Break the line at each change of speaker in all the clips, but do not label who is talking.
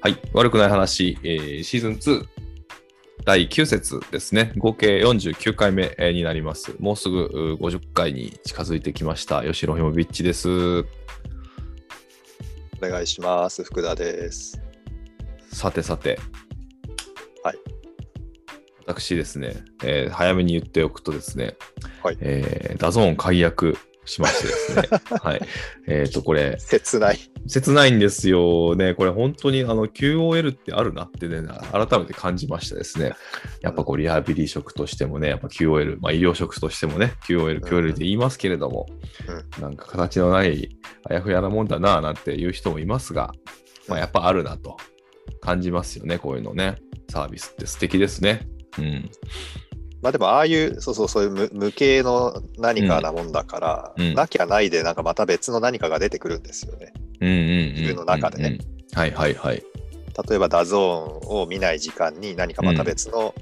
はい。悪くない話、えーシーズン2、第9節ですね。合計49回目えーになります。もうすぐうー50回に近づいてきました。吉野ひもビッチです。
お願いします。福田です。
さてさて。
はい。
私ですね、えー早めに言っておくとですね、
はい
えーダゾーン解約しまして ですね、はい。えっ、と、これ、
切ない。
切ないんですよね。これ本当にあの QOL ってあるなってね、改めて感じましたですね。やっぱこうリハビリ職としてもね、やっぱ QOL、まあ、医療職としてもね、QOL、QOL って言いますけれども、なんか形のないあやふやなもんだななんていう人もいますが、まあ、やっぱあるなと感じますよね、こういうのね。サービスって素敵ですね。うん。
まあでも、ああいう、そうそう、そういう無無形の何かなもんだから、
うんうん
なきゃないで、なんかまた別の何かが出てくるんですよね。
うんうんうん、うん。
自分の中でね。
はいはいはい。
例えば、ダゾーンを見ない時間に何かまた別の、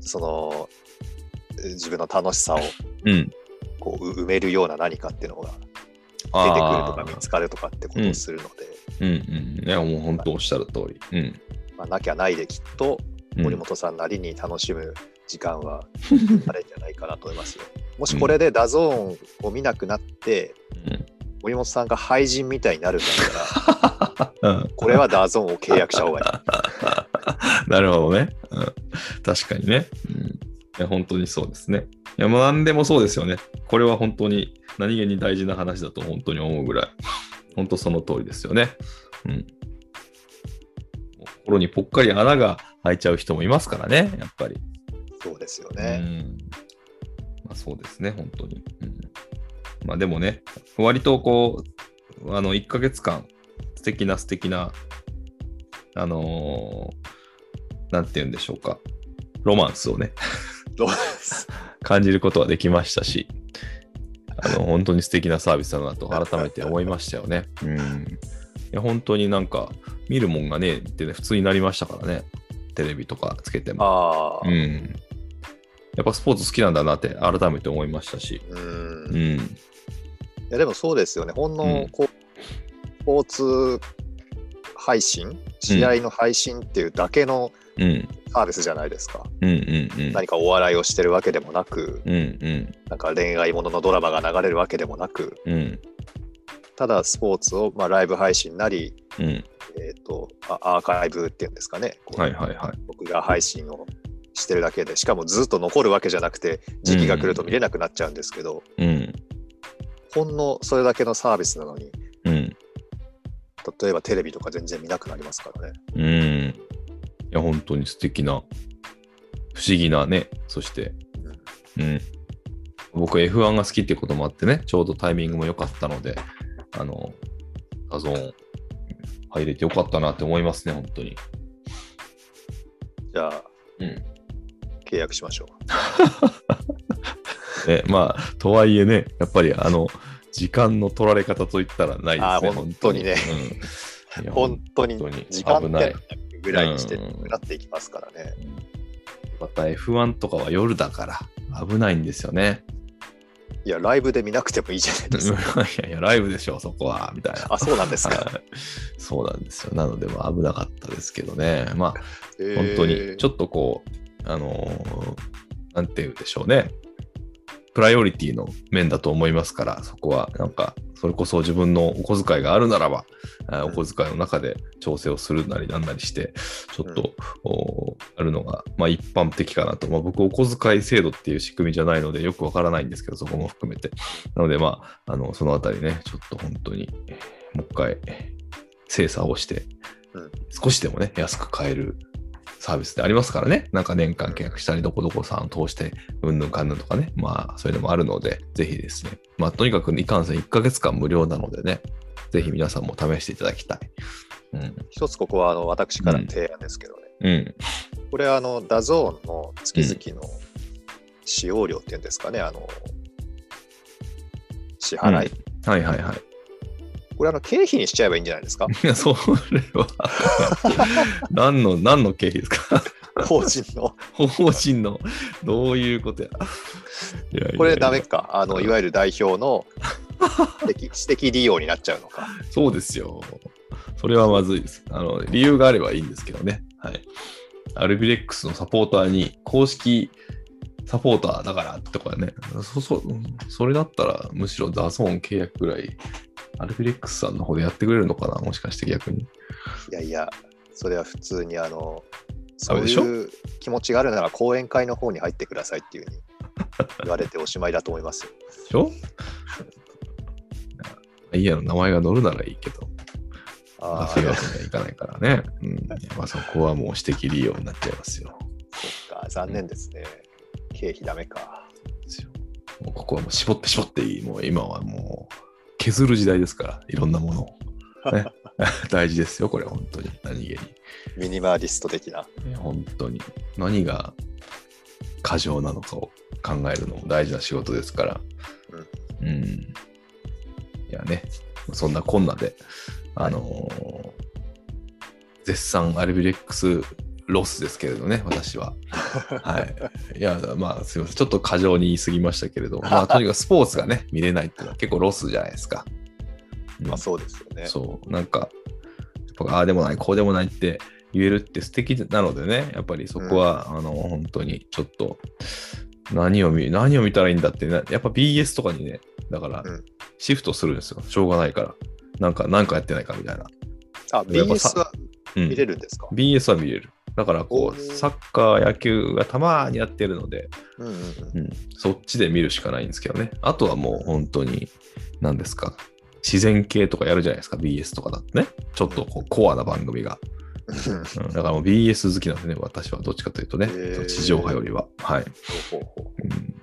その、自分の楽しさを
うん。
こうう埋めるような何かっていうのが出て
あ
くる
ー
とか見つかるとかってことをするので、
うんうん。いや、もう本当おっしゃる通り。うん。
まあ、なきゃないできっと
うん
森本さんなりに楽しむ時 間はあれじゃないかなと思いますよ。もしこれでダゾーンを見なくなって、
うん
森本さんが廃人みたいになるんだったら、
うん
これはダゾーンを契約した方が いい。
なるほどね。うん、確かにね、うんいや。本当にそうですね。いや、もう何でもそうですよね。これは本当に何気に大事な話だと本当に思うぐらい。本当その通りですよね。うん。心にぽっかり穴が開いちゃう人もいますからね、やっぱり。
そうですよね。
うんまあ、そうですね、本当に。うんまあ、でもね、割とこう、あの1ヶ月間、素敵な素敵な、あのーなんて言うんでしょうか、ロマンスをね、
どうです
感じることはできましたし、あ の本当に素敵なサービスだなと改めて思いましたよね。うん、いや本当になんか、見るもんがねえってね、普通になりましたからね、テレビとかつけても。
ああ、
うん。やっぱスポーツ好きなんだなって改めて思いましたし。
う。
うん
い
ん。
やでもそうですよね。ほん
うん
のこう、スポーツ配信、試合の配信っていうだけの
うん。
サービスじゃないですか。
うんうんうん。
何かお笑いをしてるわけでもなく、
うんうん
なんか恋愛もののドラマが流れるわけでもなく、
うん
ただスポーツを、まあ、ライブ配信なり、
うん。
えー、とあアーカイブっていうんですかね、こう
はいはいはい。
僕が配信をしてるだけで、しかもずっと残るわけじゃなくて、時期が来ると見れなくなっちゃうんですけど、
うん
ほんのそれだけのサービスなのに、
うん
例えばテレビとか全然見なくなりますからね。
うん。いや、本当に素敵な、不思議なね、そして、うん。僕 F1 が好きってこともあってね、ちょうどタイミングも良かったので、あの、画像入れてよかったなって思いますね、本当に。
じゃあ、
うん。
契約しましょう。
え、まあ、とはいえね、やっぱりあの、時間の取られ方といったらない
あ
ですね、
ー本当にね
本当にうんいや
本当に
本当に
時間って
危ない
ぐらいにして
うん
なっていきますからね。
また F1 とかは夜だから危ないんですよね。
いや、ライブで見なくてもいいじゃないですか。
いやいや、ライブでしょ、そこは、みたいな。
あ、そうなんですか。
はいそうなんですよ。なので、まあ、危なかったですけどね。まあ、
本
本当に、ちょっとこう、あのーなんて言うんでしょうね。プライオリティの面だと思いますから、そこはなんか、それこそ自分のお小遣いがあるならば、あー
う
お
ん
小遣いの中で調整をするなりなんなりして、ちょっ
うん
と、おーあるのが、まあ、一般的かなと。まあ、僕、お小遣い制度っていう仕組みじゃないので、よくわからないんですけど、そこも含めて。なので、まあ、あのそのあたりね、ちょっと本当に、もう一回、精査をして
うん、
少しでもね、安く買えるサービスでありますからね、なんか年間契約したり、どこどこさんを通して、うんぬんかんぬんとかね、まあ、そういうのもあるので、ぜひですね、まあ、とにかく、いかんせん1ヶ月間無料なのでね、ぜひ皆さんも試していただきたい。うん。
一つここはあの私からの提案ですけどね、
うん。
これはあのダゾーンの月々の使用料っていうんですかね、あの支払い、
はいはいはい。
これあの経費にしちゃえばいいんじゃないで すか
いや、それは 何の、何の経費ですか
法人の
法人の、どういうことや。いやいやいや
これダメかあ のいわゆる代表の私的私的利用になっちゃうのか
そうですよ。それはまずいです。あの、理由があればいいんですけどね。はい。アルビレックスのサポーターに、公式サポーターだからとかね、そ、そ、それだったら、むしろダゾーン契約ぐらい、アルビレックスさんの方でやってくれるのかなもしかして逆に。
いやいや、それは普通にあの、
ダ
そ
メ
う
でしょ
いう気持ちがあるなら講演会の方に入ってくださいってい うふうに言われておしまいだと思いますよ。
でしょいや、の名前が載るならいいけど、
あ
そういう
あ、
わけにはいかないからね。うん。まあそこはもう指摘利用になっちゃいますよ。
そっか、残念ですね。経費ダメか。
ですよ。もうここはもう絞って絞っていい。もう今はもう削る時代ですから、いろんなものを。ね、大事ですよ、これ、本当に。何気
ミニマリスト的な。
に。本当に。何が過剰なのかを考えるのも大事な仕事ですから。うん。いやね、そんなこんなで、あのー絶賛アルビレックスロスですけれどね、私は。はい。いや、まあ、すみません。ちょっと過剰に言い過ぎましたけれど、まあ、とにかくスポーツがね、見れないっていうのは結構ロスじゃないですか。うん
まあそうですよね。
そう、なんか、やっぱああでもない、こうでもないって言えるって素敵なのでね、やっぱりそこは、あの、本当にちょっと、何を見、何を見たらいいんだってな、やっぱ BS とかにね、だから
うん、
シフトするんですよ。しょうがないから。なんか、なんかやってないかみたいな。
あ、
やっぱさ
BS は
うん
見れるんですか、
BS は見れる。だから、こ
お
う、
ー
サッカー、野球がたまーにやってるので、
うん、うんうん
うん、そっちで見るしかないんですけどね。あとはもう本当に、何ですか、自然系とかやるじゃないですか、BS とかだってね。ちょっとこうコアな番組が。
うん。
うん、だからもう BS 好きなんですね、私はどっちかというとね、
へー
地上波よりは。はい、
ほうほうほう
うん